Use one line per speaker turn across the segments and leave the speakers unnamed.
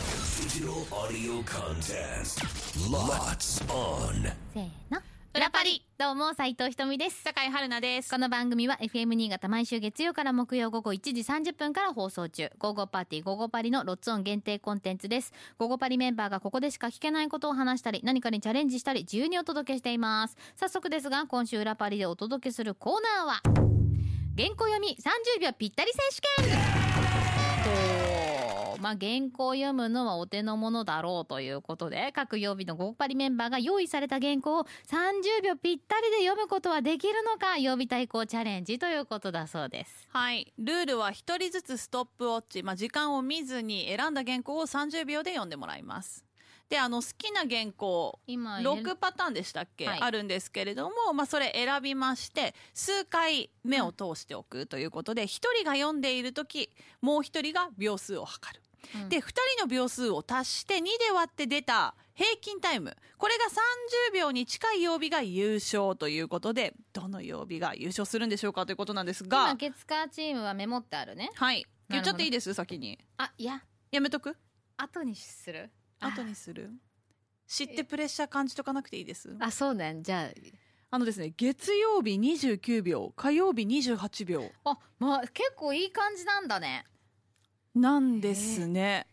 Digital audio contest. Lots on.
せーの。裏パリどうも、斉藤ひとみです。
坂井春奈です。
この番組は FM 新潟毎週月曜から木曜午後1時30分から放送中、午後パーティー午後パリのロッツオン限定コンテンツです。午後パリメンバーがここでしか聞けないことを話したり、何かにチャレンジしたり、自由にお届けしています。早速ですが、今週裏パリでお届けするコーナーは、原稿読み30秒ぴったり選手権とまあ、原稿を読むのはお手の物だろうということで、各曜日のゴーパリメンバーが用意された原稿を30秒ぴったりで読むことはできるのか、曜日対抗チャレンジということだそうです。
はい。ルールは一人ずつストップウォッチ、まあ、時間を見ずに選んだ原稿を30秒で読んでもらいます。で、あの、好きな原稿、
今、
6パターンでしたっけ、
はい
あるんですけれども、まあ、それ選びまして、数回目を通しておくということで、一人が読んでいるとき、もう一人が秒数を測る。
うん
で、二人の秒数を足して2で割って出た平均タイム。これが30秒に近い曜日が優勝ということで、どの曜日が優勝するんでしょうかということなんです
今、
が、
月火チームはメモってあるね。
はい。
なるほど
言っちゃっていいです先に。
あ、いや、
やめとく
後にする。
後にする知ってプレッシャー感じとかなくていいです
あ、そうね。じゃ
あのですね、月曜日29秒、火曜日28秒。
あ、あ、まあ、結構いい感じなんだね。
なんですね。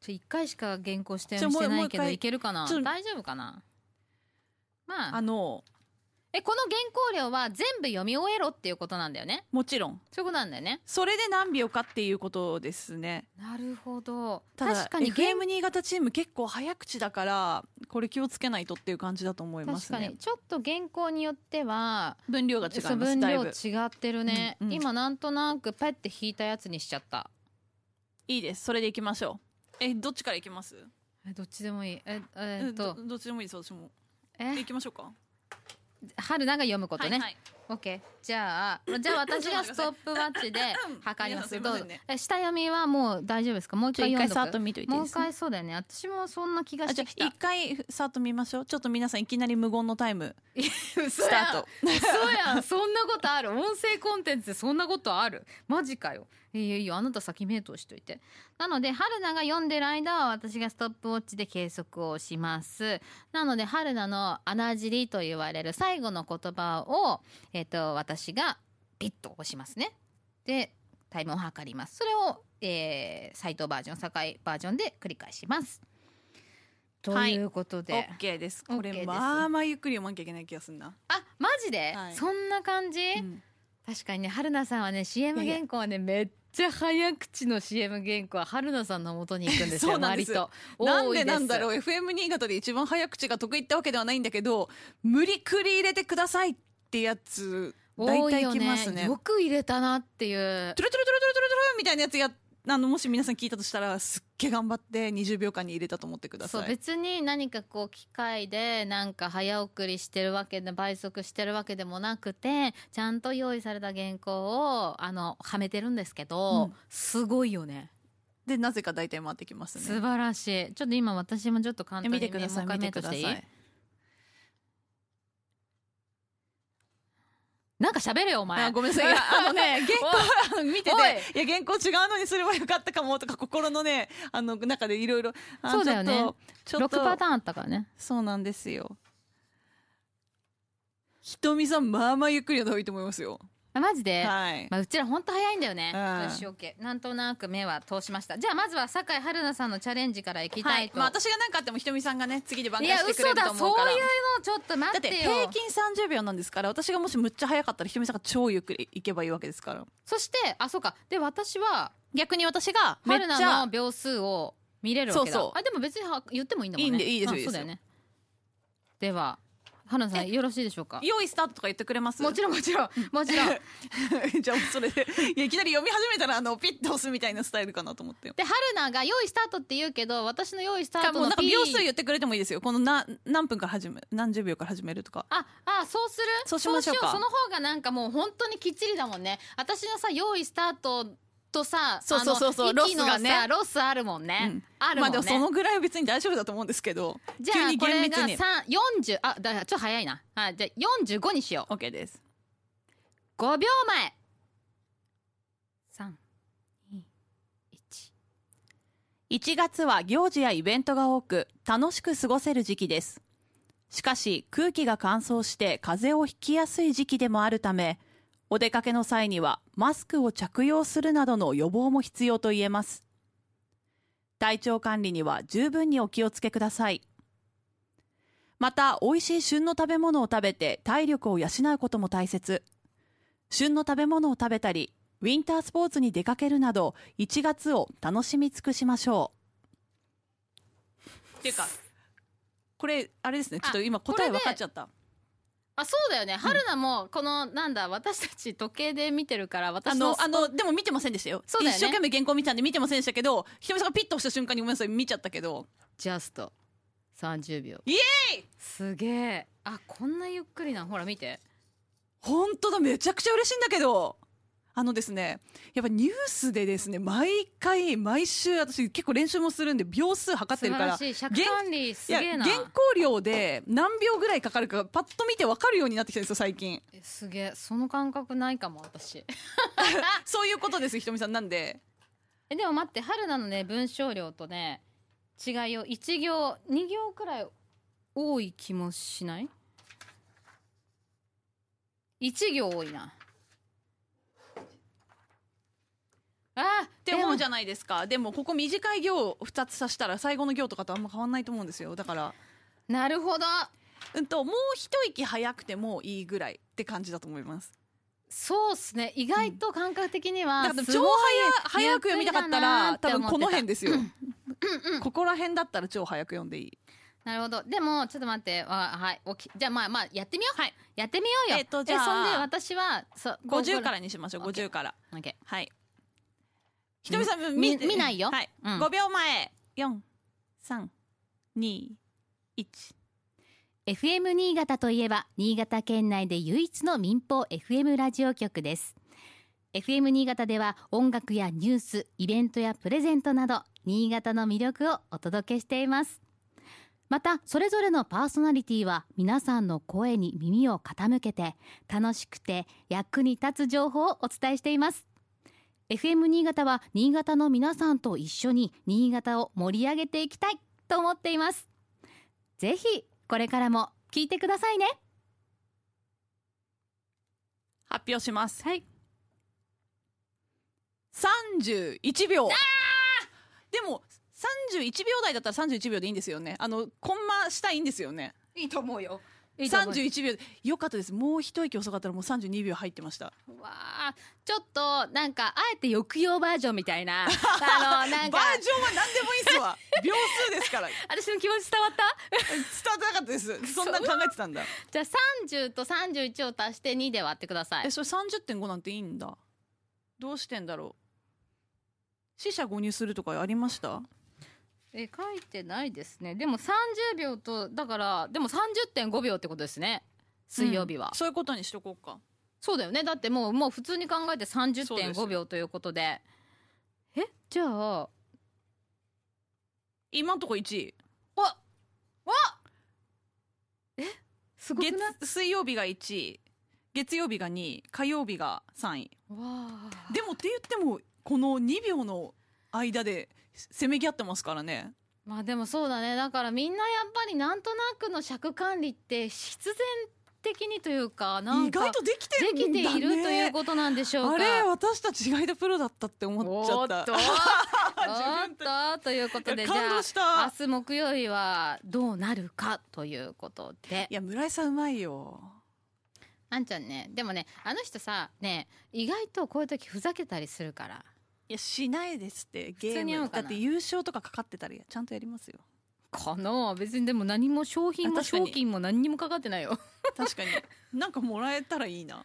ちょ、一回しか原稿して
ちょ
してな
もうもう
い
一
けど、
回
いけるかな
ちょ
大丈夫かなまあ
あ、の、
え、この原稿料は全部読み終えろっていうことなんだよね。
もちろん。
そういうことなんだよね。
それで何秒かっていうことですね。
なるほど。
ただ
確かに原
FM 新潟チーム結構早口だからこれ気をつけないとっていう感じだと思いま
確
す
か
ね
に。ちょっと原稿によっては、
分量が違い
そう
ます
分
だい
量違
ぶ
ってるね。
うんうん
今なんとなくパッて引いたやつにしちゃった。
いいですそれでいきましょうえどっちからいきます
え、どっちでもいい。え、え
え
ーっと
ど、どっちでもいいです私も
え
い、きましょうか
春菜が読むこと
は
ね
いは。い
オッケー。じゃあ、じゃあ私がストップワッチで測りま
皆さんす
す。
い
ど
ま
う
せ
ぞ
んね。
え、下読みはもう大丈夫ですかもう一
ちょ
回読ん
一回
ど
さ
く
ーっと見といていい
もう
で
一
すか
回そうだよね。私もそんな気が
あ
し
じゃ
て
あ
きた
一。回さーっと見ましょうちょっと皆さんいきなり無言のタイム
ス
スタート
そうやん、そんなことある。音声コンテンツでそんなことある。マジかよ。いやいや、あなた先メイトしといて。なので、春菜が読んでる間は私がストップウォッチで計測をします。なので、春菜の穴尻と言われる最後の言葉を、えっ、と、私がピッと押しますね。で、タイムを測ります。それを、えー、斎藤バージョン、酒井バージョンで繰り返します。と
はい
いうことで。
オッケーですこ
OK で
れ
す
まあまあゆっくり読まなきゃいけない気がするな、
あ、マジで、
はい
そんな感じ、
うん
確かにね春菜さんはね CM
いやいや
原稿はねめっちゃ早口の CM 原稿は春菜さんの元に行くんですよ
そうなんです
割と
なん
多い
でなんだろ
う
う FM 新潟で一番早口が得意ってわけではないんだけど無理くり入れてくださいってやつ大
多い
体
よ
きますね
ねよく入れたなっていう
トゥルトゥルトゥルトゥルトゥルトゥルみたいなやつやあのもし皆さん聞いたとしたらすっげえ頑張って20秒間に入れたと思ってくだ
そ
さ
う
い
別に何かこう機械でなんか早送りしてるわけで倍速してるわけでもなくてちゃんと用意された原稿をあのはめてるんですけど、
うん
すごいよね
でなぜか大体回ってきます
素
ね
晴らしいちょっと今私もちょっと簡単に
見てください
もう
見
一回
て
目と
く
し
ださ
ていい
い
なんか喋れよお前
あごめんなさいい やあの ね原稿あの見てていや原稿違うのにすればよかったかもとか心のねあの中でいろいろあ
そうだよね
ちょっとちょ
6
っ
パタ
と
ーンあったからね
そうなんですよひとみさんまあまあゆっくりの方がいいと思いますよ
あマジで、
はい
まあ、うちら本当早いんだよね、
うん
よし OK なんとなく目は通しましたじゃあまずは酒井春菜さんのチャレンジからいきた
はいい
と、
まあ私が何かあってもひとみさんがね次で挽
い
回
や
してく
嘘
れる
だ
と
そうい
思
う
うから
のちょっと待
だ
っ
って
てよ
平均30秒なんですから私がもしむっちゃ早かったらひとみさんが超ゆっくりいけばいいわけですから
そしてあそうかで私は
逆に私がめっ
春
ち
菜
ゃ
の秒数を見れるわけだ
そうそう
あでも別には言ってもいいんだもんね
いいんでいいですよ
あ
いい
そ
で
うだ
すよ
よねでは春菜さんよろしいでしょうか
用意スタートとか言ってくれます
もちろんもちろんもちろん
じゃあそれでいやいきなり読み始めたらあのピッと押すみたいなスタイルかなと思って
で春菜が「用意スタート」って言うけど私の「用意スター
か
ト」
もう
の
なんか
P
秒数言ってくれてもいいですよこのな何分から始め何十秒から始めるとか
あ、あ、そうする
そうしましょうか
その方がなんかもう本当にきっちりだもんね。私のさ、用意スタートとさ、
そうそうそうそう
あの息の
ロスがね
ロスあるもんね。
うん
あるも
まあ
んね。
でもそのぐらいは別に大丈夫だと思うんですけど
じゃ
急
あ
に
こ
厳
れ
密
が
に
三四十あ、だからちょっと早いな。はい、じゃあ45にしよう。
OK です
5秒前。3、2、1。
1月は行事やイベントが多く楽しく過ごせる時期ですしかし空気が乾燥して風邪をひきやすい時期でもあるためお出かけの際にはマスクを着用するなどの予防も必要と言えます体調管理には十分にお気をつけくださいまた美味しい旬の食べ物を食べて体力を養うことも大切旬の食べ物を食べたりウィンタースポーツに出かけるなど1月を楽しみ尽くしましょうっていうかこれあれですねちょっと
あ
今答え分かっちゃった
あそうだよね春菜もこの、なんだ私たち時計で見てるから
あ
私の
のあのでも見てませんでしたよ
そうだよね
一生懸命原稿見たんで見てませんでしたけどひとみさんがピッと押した瞬間にごめんなさい見ちゃったけど
ジャスト30秒
イエーイ
すげえあこんなゆっくりなほら見て
本当だめちゃくちゃ嬉しいんだけどあのですねやっぱニュースでですね毎回毎週私結構練習もするんで秒数測って
素
る
晴
からら
しい尺管理す
い
げ
や
えな
原稿料で何秒ぐらいかかるかパッと見て分かるようになってきたんですよ最近
えすげえその感覚ないかも私
そういうことですひとみさんなんで
えでも待って春菜のね文章量とね違いを1行2行くらい多い気もしない ?1 行多いなあ
って思うじ
ゃ
ゃないですかでもここ短い行を2つ足したら最後の行とかとあんま変わんないと思うんですよだから
なるほど
うんともう一息早くてもいいぐらいって感じだと思います
そうっすね意外と感覚的には
だから
す
で
ごい
も超早早く読みたかった
ゆ
ら
っくりだなーっ
多分
て思ってた
この辺ですよここら辺だったら超早く読んでいい
なるほどでもちょっと待ってわはいおきじゃあまあまあやってみようはいやってみようよ
えっとじゃあ
えそんで私はそう
50からにしましょう
オッケー
50から
オッケー
はいひとみさん
み
見て
見ないよ
はい
うん
5秒前4321
FM 新潟といえば新潟県内で唯一の民放 FM ラジオ局です FM 新潟では音楽やニュースイベントやプレゼントなど新潟の魅力をお届けしていますまたそれぞれのパーソナリティは皆さんの声に耳を傾けて楽しくて役に立つ情報をお伝えしています FM 新潟は新潟の皆さんと一緒に新潟を盛り上げていきたいと思っていますぜひこれからも聞いてくださいね
発表します
はい
31秒でも31秒台だったら31秒でいいんですよねあのコンマしたいんですよね
いいと思うよ
31秒よかったですもう一息遅かったらもう32秒入ってました
わあちょっとなんかあえて抑揚バージョンみたい なあの
バ
な
ー
んか
ジョンは何でもいいっ すわ秒数ですから
私の気持ち伝わった
伝わってなかったですそんな考えてたんだ
じゃあ30と31を足して2で割ってください
えそれ30.5なんていいんだどうしてんだろう死者誤入するとかありました
え書いてないですねでも30秒とだからでも30.5秒ってことですね水曜日は、
うんそういうことにしとこうか
そうだよねだってもうもう普通に考えて
そうです
30.5秒ということでえじゃあ
今んとこ1位
わわえすごくない
月水曜日が1位月曜日が2位火曜日が3位
わあ
でもって言ってもこの2秒の間でせめぎ合ってますからね
まあでもそうだねだからみんなやっぱりなんとなくの尺管理って必然的にというかなん
意
か
外とできてる
でき
んだ、
て
ね、
いるということなんでしょうか。
あれ私たち意外とプロだったって思っちゃ
お
っ
っと
た
お っとということで
い
じ
や
ゃ
感動した
あ明日木曜日はどうなるかということで
いや村井さんうまいよ
あんちゃんねでもねあの人さね意外とこういう時ふざけたりするから
いやしないですってゲ
普通
ー
にやろう
ム
かな
だって優勝とかかかってたらちゃんとやりますよ
かなあ別にでも何も商品も
あ確かに
賞金も何にもかかってないよ。
確かになんかもらえたらいいな、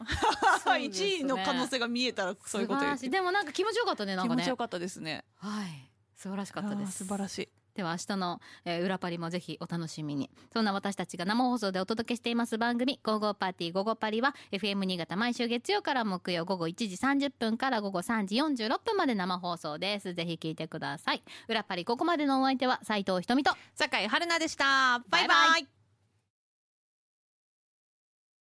そうですね
1位の可能性が見えたらそういうこ
素
と
晴
よ
らしいでもなんか気持ちよかったねなん
気
か
持ち
ね
よ。かったですね
はい。素晴らしかったで
あー
す。
素晴らしい
では明日の、えー裏パリもぜひお楽しみに。そんな私たちが生放送でお届けしています番組、ゴーゴーパーティーゴーゴーパリは FM 新潟毎週月曜から木曜午後1時30分から午後3時46分まで生放送です。ぜひ聞いてください。裏パリここまでのお相手は斉藤ひとみと
酒井春菜でしたバイバイ
バイバ
イ